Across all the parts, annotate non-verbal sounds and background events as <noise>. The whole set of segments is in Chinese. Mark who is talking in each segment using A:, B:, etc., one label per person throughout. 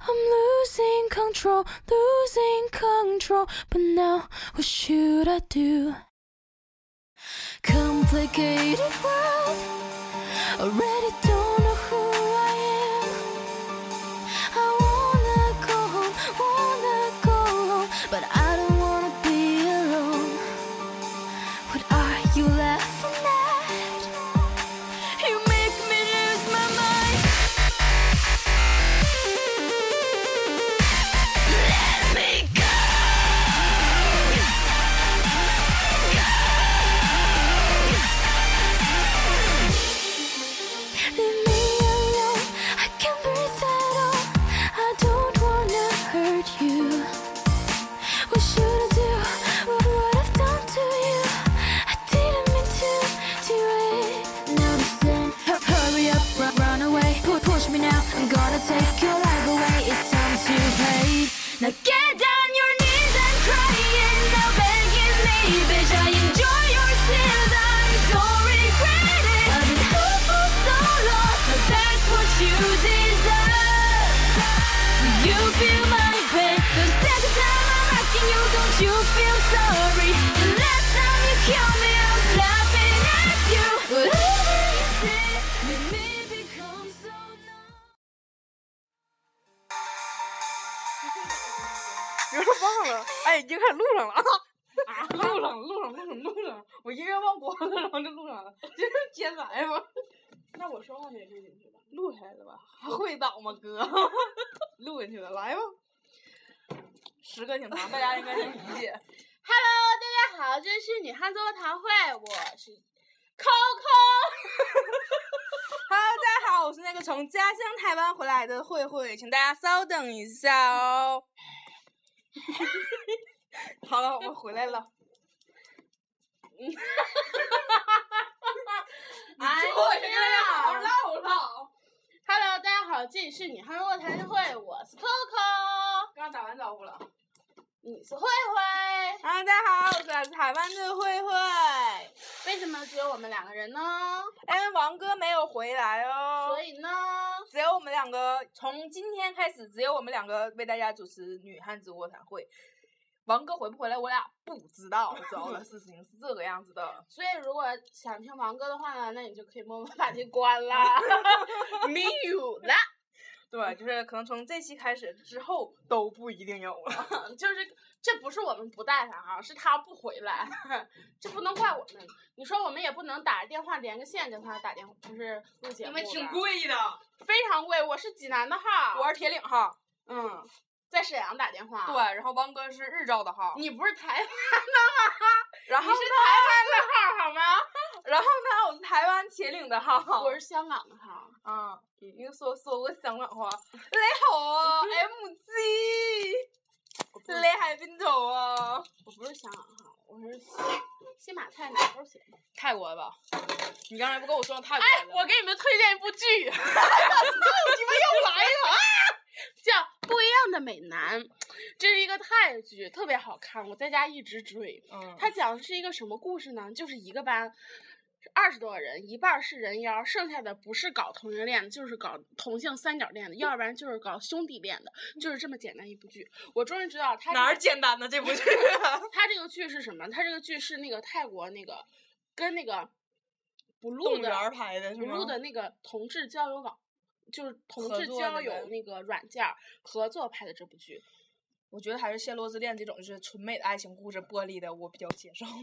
A: I'm losing control, losing control. But now, what should I do? Complicated world. Already don't know who I am. I wanna go home, wanna go home. But I don't wanna be alone. What are you laughing at? You make me lose my mind. Leave me alone. I can't breathe at all. I don't wanna hurt you. What should I do? What would I've done to you? I didn't mean to do it. Now listen, hu- hurry up, run, run away. Pu- push me now. I'm gonna take your life away. It's time to pay. Now get on your knees and cry it. Now begging me, bitch. I enjoy your tears. I don't regret it. I've been hurt for so long, but that's what you deserve. Do you feel my pain? The second time I'm asking you, don't you feel sorry? The last time you killed me, I was laughing at you. Whatever you did made me become so numb.
B: 有点忘了，哎，已经开始录上了啊！
C: 啊，录上了，录上了，录上了，录上了，我一个人忘光了，然后就录上了，这是接来吗？ <laughs> 那我说话没录进去吧？录下来了吧？ <laughs> 还会导吗，哥？ <laughs> 录进去了，来吧。十个警察，大家应该能理解。
D: Hello，大家好，这是女汉子座堂会，我是 Coco。
C: <laughs> Hello，大家好，我是那个从家乡台湾回来的慧慧，请大家稍等一下哦。好了，我们回来
D: <laughs>
C: 了。嗯
D: 哎
C: 好
D: 呀啊
C: 唠唠。
D: ，Hello，大家好，这里是女汉子座堂会，我是 Coco，
C: 刚打完招呼了。
D: 你是慧慧。
C: 啊，大家好，我是台湾的慧慧。
D: 为什么只有我们两个人呢？
C: 哎，王哥没有回来哦
D: 所，以呢，
C: 只有我们两个。从今天开始，只有我们两个为大家主持女汉子卧谈会。王哥回不回来，我俩不知道。主要的事情是这个样子的。
D: 所以如果想听王哥的话呢，那你就可以默默把这关
C: <laughs>
D: 啦。没有了，
C: 对，就是可能从这期开始之后都不一定有
D: <laughs>
C: 了。
D: 就是这不是我们不带他啊，是他不回来， <laughs> 这不能怪我们。你说我们也不能打着电话连个线跟他打电话，就是录节目吧，
C: 贵的，
D: 非常贵。我是济南的号，
C: 我是铁岭号，
D: 嗯，在沈阳打电话。
C: 对，，然后王哥是日照的号，
D: 你不是台湾
C: 然
D: 你
C: 后
D: 是台湾的号好吗？
C: 然后呢，我是台湾铁岭的号，
D: 我是香港的号。
C: 啊，你就说说个香港 <laughs> 话，你好啊，M G，你喺边度啊？
D: 我不是香港号，我是西西马泰哪头写的？
C: 泰国的吧？你刚才不跟我说泰国
D: 哎，
C: 的？
D: 我给你们推荐一部剧， <laughs> 你们又来了 <laughs> 啊！叫《不一样的美男》，这是一个泰剧，特别好看，我在家一直追。
C: 嗯，
D: 它讲的是一个什么故事呢？就是一个班。二十多个人，一半儿是人妖，剩下的不是搞同性恋的，就是搞同性三角恋的，要不然就是搞兄弟恋的，就是这么简单一部剧。我终于知道它
C: 哪
D: 这
C: 儿
D: 个
C: 简单呢？这不是
D: 他这个剧是什么？他这个剧是那个泰国那个跟那个
C: 动
D: blue
C: 物园儿
D: 的
C: 拍的是吗？
D: blue 的那个同志交友网，就是同
C: 合
D: 志
C: 作
D: 交
C: 的呗
D: 友那个软件儿合作拍的这部剧。
C: 我觉得还是《暹罗之恋》这种就是纯美的爱情故事玻璃的，我比较接受。 <laughs>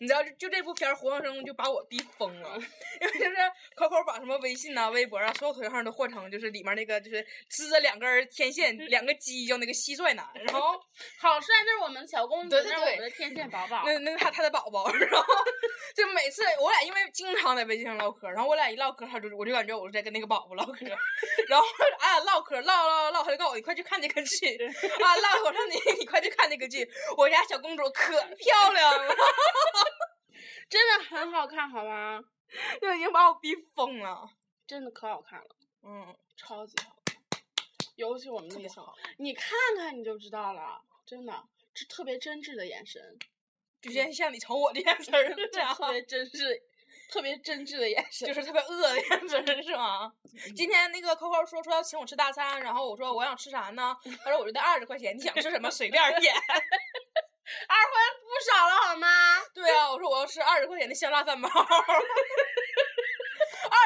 C: 你知道，就就这部片儿《活放生》就把我逼疯了，因为就是 Coco 把什么微信呐、微博啊，所有头像都换成就是里面那个就是支着两根儿天线、两个鸡叫那个蟋蟀男，然后
D: 好帅，那是我们的小公主，
C: 对对
D: 那是我
C: 对
D: 们的
C: <laughs>
D: 天线宝宝。
C: 那那他他的宝 <laughs> 宝，然后就每次我俩因为经常在微信上唠嗑，然后我俩一唠嗑，他就我就感觉我是在跟那个宝宝唠嗑， <laughs> 然后俺俩唠嗑唠唠唠，他就告诉我你快去看这个剧啊，唠我说你你快去看这个剧，我家小公主可漂亮了，
D: 真的很好看，好吗？
C: 就已经把我逼疯了，
D: 真的可好看了，
C: 嗯，
D: 超级好看，尤其我们那个
C: 别
D: 小
C: 好，
D: 你看看你就知道了，真的，这特别真挚的眼神，
C: 就像像你瞅我这件事儿这
D: 这
C: 样， <laughs>
D: 特别真挚，特别真挚的眼神，
C: 就是特别饿的样子，是吗？今天那个 Coco 说说要请我吃大餐，然后我说我想吃啥呢？他说我就带二十块钱，你想吃什么随便点。
D: 二十块钱不少了好吗？
C: 对啊，我说我要吃二十块钱的香辣饭包，二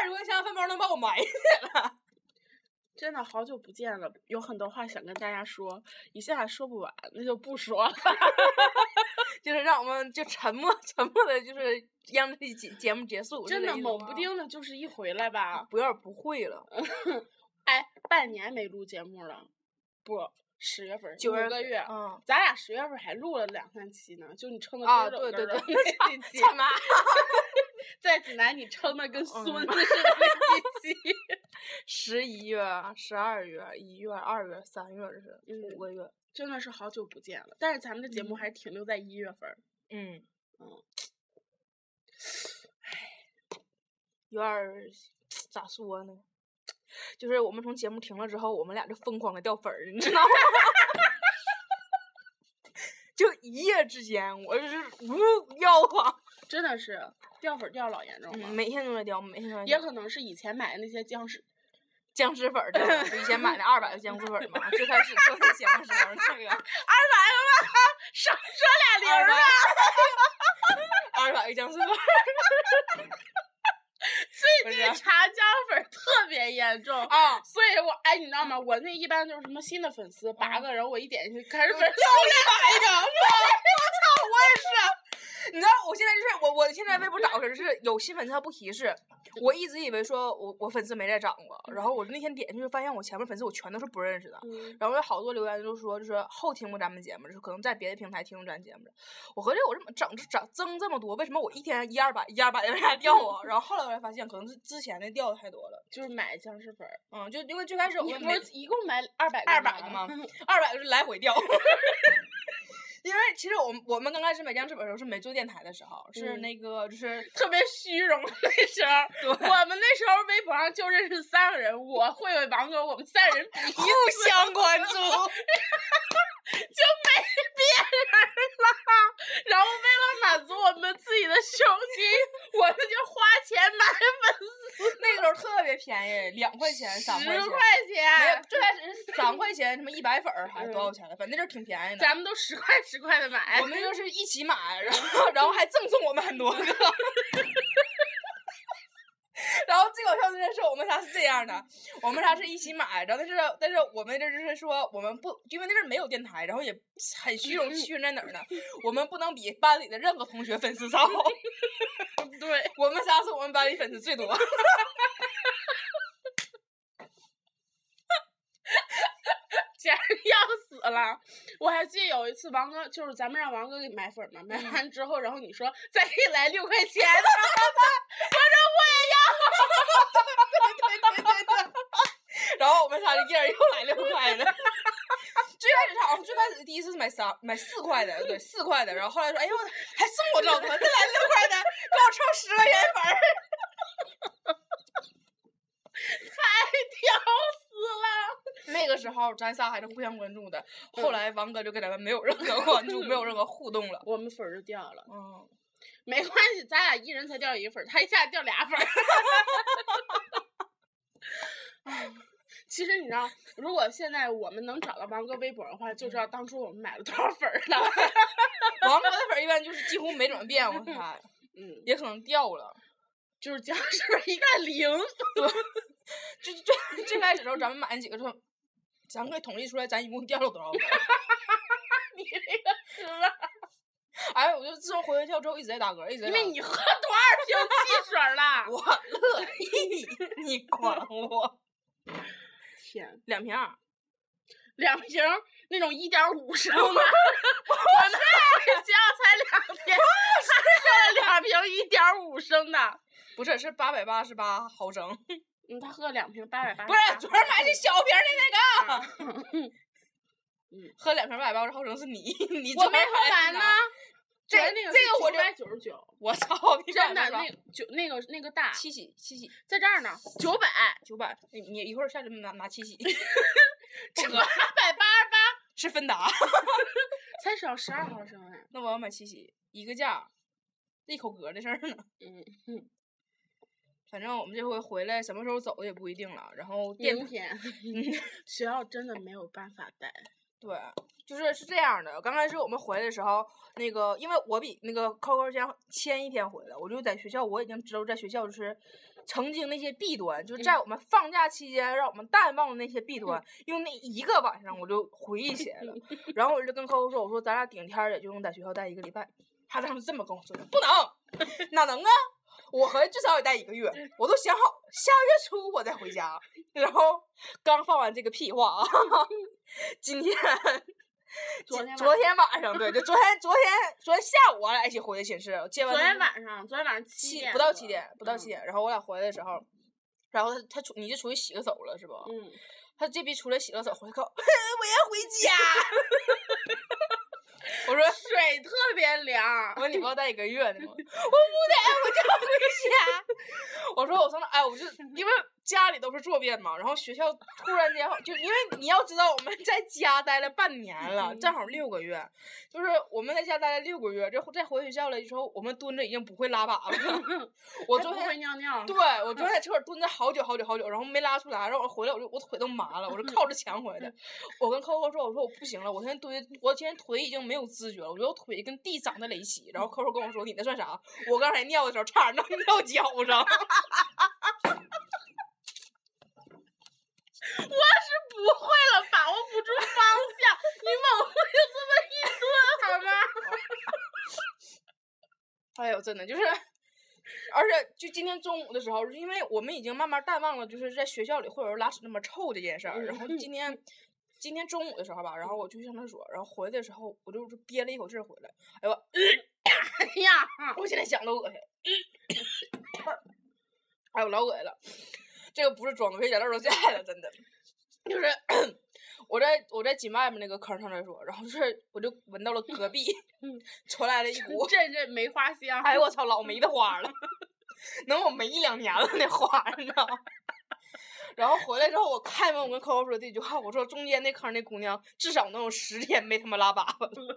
C: 十块钱香辣饭包能把我埋去了。
D: 真的好久不见了，有很多话想跟大家说，一下说不完，那就不说
C: <laughs>
D: 了。
C: 就是让我们就沉默沉默的，就是让这节节目结束。
D: 真的，
C: 猛
D: 猛不丁呃的就是一回来吧，
C: 不要不会了，
D: 哎，半年没录节目了，不，十月份儿，
C: 九
D: 五
C: 月
D: 个月。
C: 嗯
D: 咱俩十月份儿还录了两三期呢，就你撑的
C: 啊，
D: 胳
C: 对
D: 肘
C: 对
D: 根儿
C: 对
D: 的 <laughs> 那几，期，
C: 干嘛？
D: 在济南你撑的跟孙子
C: 嗯
D: 似的
C: <laughs>
D: 那几期， <laughs>
C: 十一月、十二月、一月、二月、三月，这是
D: 嗯
C: 五个月。
D: 真的是好久不见了。但是咱们的节目还是停留在一月份儿，
C: 嗯
D: 嗯，
C: 有点儿咋说呢？就是我们从节目停了之后，我们俩就疯狂的掉粉儿，你知道吗？ <laughs> 就一夜之间，我就是呜掉啊，
D: 真的是掉粉儿掉老严重了。
C: 嗯哎每天都在掉，每天都在
D: 也
C: 掉。
D: 可能是以前买的那些僵尸， <laughs>
C: 僵尸粉儿掉了，就以前买的二百的僵尸粉儿嘛，最开始做那节目时候那个
D: 少说
C: 二百，二百个 <laughs> 僵尸粉儿。
D: 最近
C: 不是
D: 查姜粉儿特别严重。
C: 啊，
D: 所以我哎，你知道吗？我那一般就是什么新的粉
C: 哦
D: 丝八个人，我一点进去开始粉
C: 掉一
D: 儿，
C: 百个，我操，我也是。你知道我现在就是我，我现在微
D: 嗯
C: 博找的是有新粉丝它不提示，我一直以为说我我粉丝没在涨过，然后我那天点进去发现我前面粉丝我全都是不认识的，
D: 嗯
C: 然后有好多留言就说就是后听过咱们节目，就是可能在别的平台听过咱节目的，我合计我这么整这整增这么多，为什么我一天一二百一二百的往下掉啊？然后后来我才发现可能是之前的掉的太多了，
D: 就是买僵尸粉儿。
C: 嗯，就因为最开始我
D: 你
C: 们
D: 不
C: 没
D: 是一共买二百
C: 二百个吗？二百就是来回掉。 <laughs> 因为其实我们我们刚开始买僵尸本的时候是没做电台的时候，是
D: 嗯
C: 那个就是
D: <laughs> 特别虚荣的那时候，
C: <laughs> 对
D: 我们那时候微博上就认识三个人，我慧慧王哥，我们三人比一
C: 互 <laughs>
D: 次
C: 相关注，
D: 然后为了满足我们自己的雄心，我们就花钱买
C: 那个时候特别便宜，两块钱、三
D: 十
C: 块钱，没
D: 块
C: 有
D: 钱，
C: 最开始是三块钱，什么一百粉儿还是多少钱的，反正就是挺便宜的。
D: 咱们都十块十块的买
C: 我。们就是一起买，然后然后还赠送我们很多个。 <laughs> 然后最搞笑的件事，我们仨是这样的，我们仨是一起买，然后但是但是我们这就是说我们不，因为那阵儿没有电台，然后也很虚荣，虚荣在哪儿呢？我们不能比班里的任何同学粉丝少， <laughs>
D: 对，
C: 我们仨是我们班里粉丝最多。
D: 简直要死了！我还记得有一次，王哥就是咱们让王哥给买粉嘛，买完之后，然后你说再给你来六块钱， <laughs>
C: 对对对对。 <laughs> 然后我们仨就一人又来六块的。 <laughs> 最开始他好像最开始第一次是买三买四块的，对四块的，然后后来说，哎呦，还送我这么多，再来六块的， <laughs> 给我凑十块钱粉儿。
D: 屌死了！
C: 那个时候咱仨还是互相关注的，后来王哥就跟咱们没有任何关注，没有任何互动了。
D: 我们粉儿就掉了，
C: 嗯，
D: 没关系，咱俩一人才掉一个粉儿，他一下掉俩粉儿。 <laughs> 唉其实你知道，如果现在我们能找到王哥微博的话，就知道当初我们买了多少粉儿了。 <laughs>
C: 王哥的粉儿一般就是几乎没怎么变，我 <laughs> 猜，
D: 嗯，
C: 也可能掉了。
D: 就是僵尸粉儿一看零，
C: 就就最最开始的时候，咱们买那几个时候，咱可以统计出来，咱一共掉了多少粉儿。
D: 你这个哥，
C: 哎，我就自从回学校之后一直在打嗝，一直在打
D: 因为
C: 嗝。
D: 你喝多少瓶汽水儿了？
C: 我乐意，你管我
D: <laughs> 天，
C: 两瓶儿，
D: 两瓶儿那种一点五升的，我们回学校才两天，他喝了两瓶一点五升的。
C: <laughs> 不是是八百八十八毫升，
D: 嗯，他喝了两瓶八百八，
C: 不是昨儿买的小瓶儿的那个，
D: 啊嗯
C: 喝两瓶八百八十毫升是你， <laughs> 你
D: 我
C: 昨
D: 没
C: 儿
D: 喝
C: 买
D: 完
C: 的
D: 呢
C: 啥。这
D: 昨天那
C: 这个我
D: 九
C: 就
D: 百九十九，
C: 我操，你
D: 真的
C: 买吧
D: 那九那个那个大，
C: 七喜七喜
D: 在这儿呢，九百
C: 九百，你你一会儿下去拿拿
D: <laughs>
C: 七喜，
D: 八
C: <laughs> 这个
D: 百八十八，
C: 是芬达，
D: 才少十二毫升哎。
C: 那我要买七喜一个价，一口嗝的事儿呢。
D: 嗯，哼
C: 反正我们这回回来什么时候走也不一定了。然后电
D: 明
C: <laughs>
D: 天，学校真的没有办法待。
C: 对，就是是这样的。刚开始我们回来的时候，那个因为我比那个扣扣先先一天回来，我就在学校，我已经知道在学校就是曾经那些弊端，就是在我们放假期间让我们淡忘的那些弊端，因为那一个晚上我就回忆起来了。然后我就跟扣扣说：“我说咱俩顶天儿也就能在学校待一个礼拜。”他当时这么跟我说的：“不能，哪能啊？我合计至少得待一个月，我都想好下月初我再回家。”然后刚放完这个屁话啊， <laughs> 今天。
D: 昨
C: 今
D: 天晚
C: 昨天晚上，对，就昨天，昨天，昨天下午，我俩一起回的寝室，接完
D: 昨
C: 他们
D: 天晚上，昨天晚上七
C: 七
D: 点
C: 不到
D: 多嗯
C: 七点，不到七。点，然后我俩回来的时候，然后他他出你就出去洗个手了是吧？
D: 嗯，嗯
C: 他这逼出来洗了手，回来告 <laughs> 我要回家。我说
D: 水特别凉
C: 我。说你不要待一个月 <laughs> 呢吗？我不得，我就要回家。我说我上哪？哎，我就因为家里都是坐便嘛，然后学校突然间就因为你要知道我们在家待了半年了，正好六个月，就是我们在家待了六个月，这再回学校了之后，我们蹲着已经不会拉粑粑了。 <laughs> 我
D: 还
C: 昨
D: 不会
C: 天。
D: 尿尿。 <laughs>
C: 对，我昨天在厕所蹲着好久好久好久，然后没拉出来，然后我回来我就我腿都麻了，我是靠着墙回来的。 <laughs> 我跟 Coco 说，我说我不行了，我现在蹲，我现在腿已经没有知觉了，我觉得我腿跟地长在了一起。然后 Coco 跟我说，你那算啥？我刚才尿的时候差点尿尿脚上。 <laughs>
D: 不会了，把握不住方向，你往回就这么一蹲，好吗？
C: <laughs> 哎呦，真的就是，而且就今天中午的时候，因为我们已经慢慢淡忘了，就是在学校里会有人拉屎那么臭这件事儿。然后今天今天中午的时候吧，然后我去上厕所，然后回来的时候我就憋了一口气儿回来，哎呦，
D: 哎
C: <laughs>
D: 呀，
C: 我现在想都恶心。哎呦，老恶心了，这个不是装的，我这眼泪儿都下来了，真的。就是 <coughs> 我在我在紧外面那个坑上厕所，然后就是我就闻到了隔壁 <laughs> 传来了一股
D: 阵阵梅花啊香。
C: 哎呦我操，老没的花儿了， <laughs> 能我没一两年了那花儿，你知道吗？ <laughs> 然后回来之后，我开门，我跟 Coco 说这句话，我说中间那坑那姑娘至少能有十天没他妈拉粑粑了，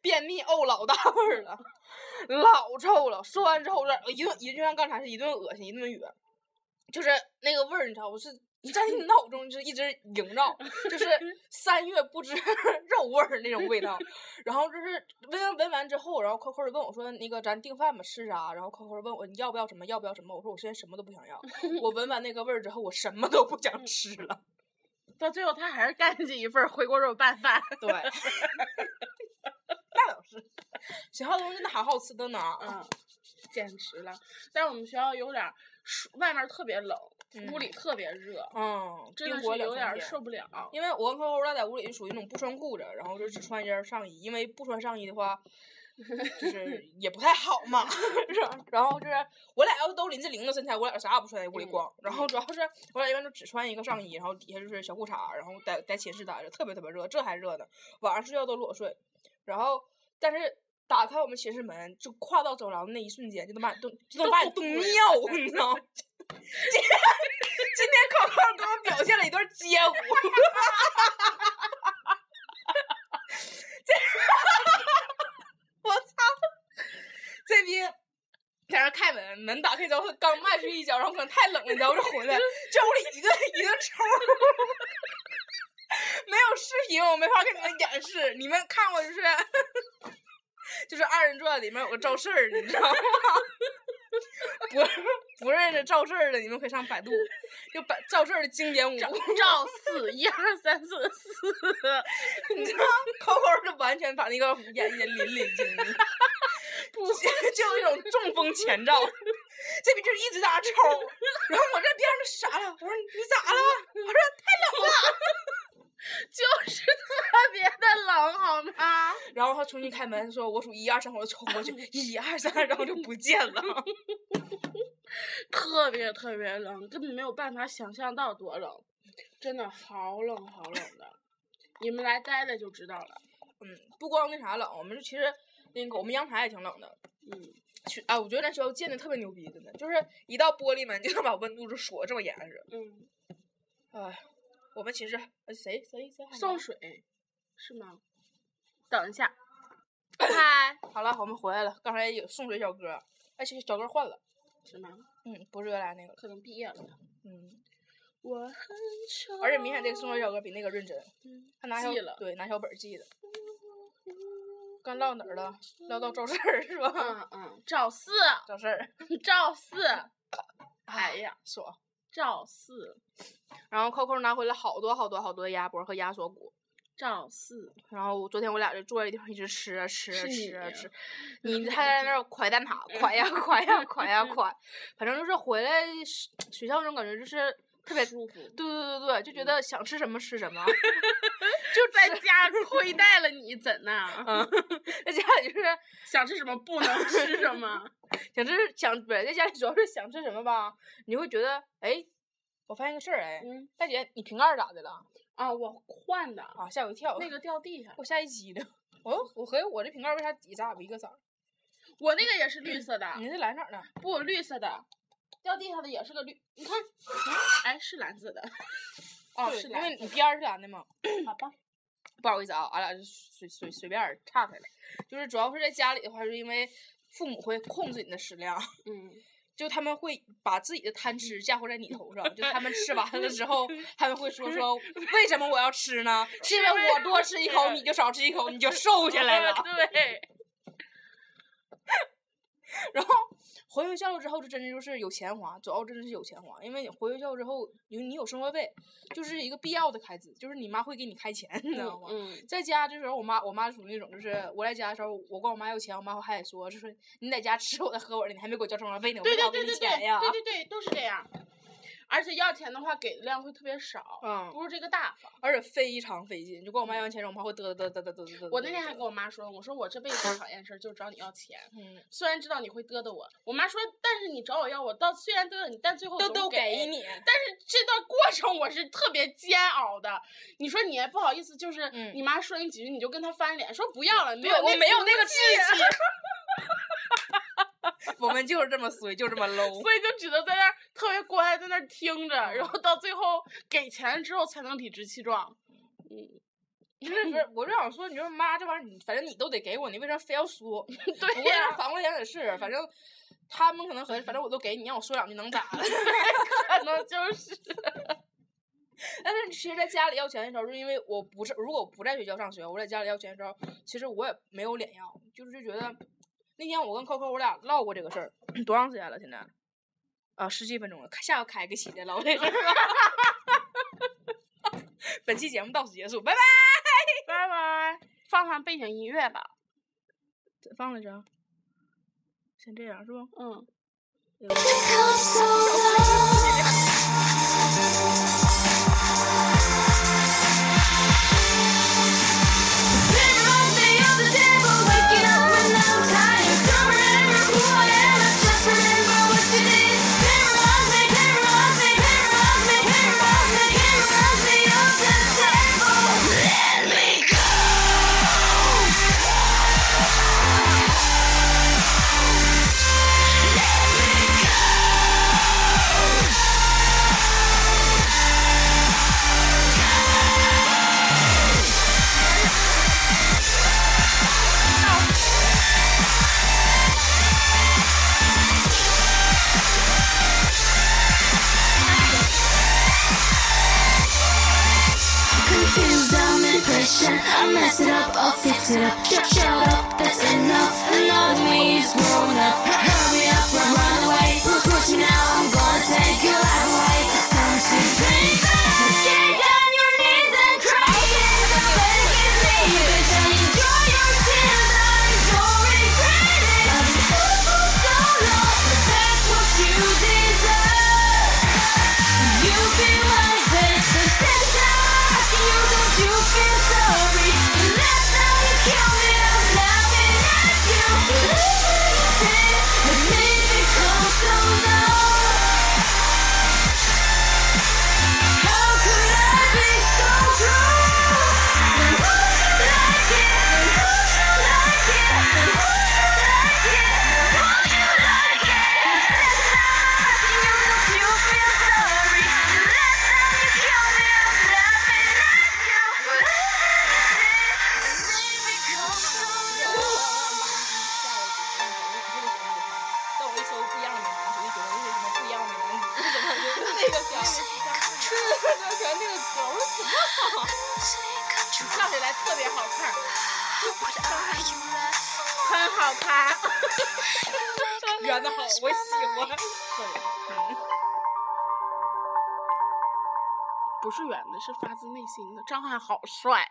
C: 便秘呕老大味儿了，老臭了。说完之后，我这一顿一就像刚才是一顿恶心，一顿哕，就是那个味儿，你知道，我是在你脑中就是一直萦绕，就是三月不知 <laughs> 肉味儿那种味道。然后就是闻闻完之后，然后 Coco 就问我说：“那个咱订饭吧，吃啥？”然后 Coco 问我你要不要什么，要不要什么？我说我现在什么都不
D: <laughs>
C: 想要。我闻完那个味儿之后，我什么都不
D: 嗯
C: 想吃了。
D: 到最后他还是干起一份儿回锅肉拌饭。
C: 对， <laughs> 那倒是，学校东西真的好好吃的呢。
D: <laughs> 嗯，简直了！但是我们学校有点儿暑，外面儿特别冷，屋
C: 嗯
D: 里特别热，
C: 嗯，
D: 真的
C: 冰
D: 是
C: 火两
D: 有
C: 重
D: 点儿
C: 天
D: 受不了。 <laughs>
C: 因为我跟 Coco 俩在屋里就属于那种不穿裤子，然后就只穿一件上衣，因为不穿上衣的话，就是也不太好嘛。然后然后就是我俩要是都林志玲的身材，我俩啥也不穿，在屋里逛。然后主要是我俩一般就只穿一个上衣，然后底下就是小裤衩，然后在在寝室待着，特别特别热，这还热呢。晚上睡觉都裸睡，然后但是。打开我们寝室门，就跨到走廊那一瞬间，就能把你冻，就能把你冻尿， <laughs> 你知道吗？今天今天 Coco 给我表现了一段街舞， <laughs> 我操！这逼在那开门，门打开之后，他刚迈出一脚，然后可能太冷了，你知道，我就回来，这屋里一顿一顿抽。没有视频，我没法给你们演示。你们看过就是 <laughs> 就是二人转里面有个赵四儿，你知道吗？ <laughs> 不不认识赵四儿的，你们可以上百度，就百赵四儿的经典舞。
D: 赵赵四一二三四 <laughs> 四，
C: 你知 <laughs> 道，口口是完全把那个眼睛淋漓尽致， <laughs> 不 <laughs> 就有一种中风前兆。 <laughs> 这边就是一直在那抽，然后我这边上就傻了，我说你咋了？我说
D: 就是特别的冷，好吗？
C: 然后他重新开门说，我数一二三，我就抽过去，一二三，然后就不见了。
D: 特别特别冷，根本没有办法想象到多冷，真的好冷好冷的。你们来待待就知道了。
C: 嗯，不光那啥冷，我们就其实那个我们阳台也挺冷的。
D: 嗯，
C: 去啊，我觉得咱学校建的特别牛逼，真的，就是一到玻璃门就能把温度就锁得这么严实。
D: 嗯，
C: 哎，我们寝室呃谁谁谁喊
D: 送
C: 的
D: 水是吗？等一下，嗨，
C: 好了，我们回来了。刚才有送水小哥，哎，小小哥换了，
D: 是吗？
C: 嗯，不是原来那个了。
D: 可能毕业了吧。
C: 嗯，
D: 我很穷。
C: 而且明显这个宋慧乔歌比那个认真，他拿小
D: 记了
C: 对拿小本儿记的。刚唠哪儿了？唠到赵四儿是吧？
D: 嗯嗯，赵四，
C: 赵四儿，
D: 赵四，哎呀，
C: 爽。
D: 赵四，
C: 然后扣扣拿回来好多好多好多鸭脖和鸭锁骨，
D: 赵四，
C: 然后我昨天我俩就坐在地方一直吃啊吃啊
D: 是
C: 吃啊
D: 你
C: <laughs> 吃，你还在那儿蒯蛋挞，蒯 <laughs> 呀蒯呀蒯呀蒯，反正就是回来学学校那种感觉就是特别
D: 舒服
C: 对对对对，就觉得想吃什么吃什 <laughs> 么，
D: 就在家亏待了你，怎呐？
C: <laughs> 嗯，在家里就是
D: 想吃什么不能吃什 <laughs> 么，
C: 想吃想不是在家里主要是想吃什么吧，你会觉得哎，我发现个事儿哎，
D: 嗯
C: 大姐你瓶盖儿咋的了
D: 啊，我换的，
C: 啊？吓我一跳，
D: 那个掉地下了，
C: 我吓一 <laughs> 激灵，我哦我合计我这瓶盖儿为啥底下不一个色儿？
D: 我那个也是绿色的，
C: 你这蓝色儿的？
D: 不绿色的，掉地下的也是个绿，你看，哎，是蓝色的，哦，
C: 对
D: 是
C: 因
D: 蓝
C: 为
D: 色
C: 你边儿是蓝的嘛。
D: 的， <clears throat> 好吧，
C: 不好意思啊，俺俩就随随随便儿岔开了，就是主要是在家里的话，是因为父母会控制你的食量，
D: 嗯，
C: 就他们会把自己的贪吃嫁祸在你头上，就他们吃完了之
D: <laughs>
C: 后，他们会说说为什么我要吃呢？是因为我多吃一口，你就少吃一口，你就瘦下来了。
D: <laughs> 对，
C: 然后回学校之后，就真的就是有钱花，主要真的是有钱花，因为你回学校之后，有你有生活费，就是一个必要的开支，就是你妈会给你开钱，你知道吗？
D: 嗯，
C: 在家的时候，我妈我妈属于那种，就是我在家的时候，我管我妈要钱，我妈还得说，就是你在家吃我的喝我的，你还没给我交生活费呢，我
D: 对
C: 没
D: 对
C: 老给
D: 对
C: 你
D: 对
C: 钱
D: 对，
C: 呀。
D: 对对对，都是这样，而且要钱的话给的量会特别少，
C: 嗯，
D: 不如这个大方。
C: 而且非常费劲，就管我妈要钱，我妈会嘚嘚嘚嘚嘚嘚嘚嘚。
D: 我那天还跟我妈说，我说我这辈子讨厌事儿就是找你要钱，
C: 嗯，
D: 虽然知道你会嘚嘚我，我妈说，但是你找我要，我到虽然嘚嘚你，但最后
C: 都
D: 总
C: 都给
D: 给。
C: 你，
D: 但是这段过程我是特别煎熬的。你说你也不好意思，就是
C: 嗯
D: 你妈说你几句，你就跟她翻脸，说不要了，没
C: 对
D: 有
C: 我没有
D: 骨
C: 那个
D: 气
C: 志 <laughs> 气。我们就是这么衰，就这么 low。
D: 所以就只能在那儿特别乖，在那儿听着，
C: 嗯
D: 然后到最后给钱之后才能理直气壮。 <laughs>
C: 不是不是，我就想说，你说妈这玩意儿，你反正你都得给我，你为啥非要说？ <laughs> 不
D: 对
C: 过
D: 呀、
C: 反过来想也是，反正他们可能合计，反正我都给你，让我说两句能咋的？
D: 可能就是
C: 但是其实，在家里要钱的时候，是因为我不是，如果我不在学校上学，我在家里要钱的时候，其实我也没有脸要，就是就觉得那天我跟扣扣我俩唠过这个事儿，多长时间了？现在啊，十几分钟了，下个开个新的唠这个事儿吧。 <laughs> 本期节目到此结束，拜拜。
D: 拜拜，放放背景音乐吧。
C: 放了声，先这样是吧？
D: 嗯。
A: Come so low. Spend all day on the table, waking up when I'm tired. Don't remember who I am, I just remember what you did. Memorize me, memorize me, memorize me, memorize me, memorize me oh, on the table. Let me go. confused, I'm impatient. I mess it up, I'll fix it up. Shut, shut up, that's enough. Another me is grown up. Hu- Hurry up, run, run away. Look, push me now, I'm gonna take your life away. It's time to drink. Get down your knees and cry. Get up and give me a bitch and enjoy your tears. I don't regret it. I've been good for so long, but that's what you deserve. You feel my bitch, but since I'm asking you, don't you feel sorry? The last time you killed me, I was laughing at you. Let me become so low.
C: <laughs> 起来特别好看，
A: What are you laughing
C: 很好看，
A: at? You make
C: <laughs> 圆
A: me
C: 的好，
A: lose
C: 我
A: my
C: 喜
A: mind.
C: 欢，特别好看。
D: 不是圆的，是发自内心的。张翰好帅，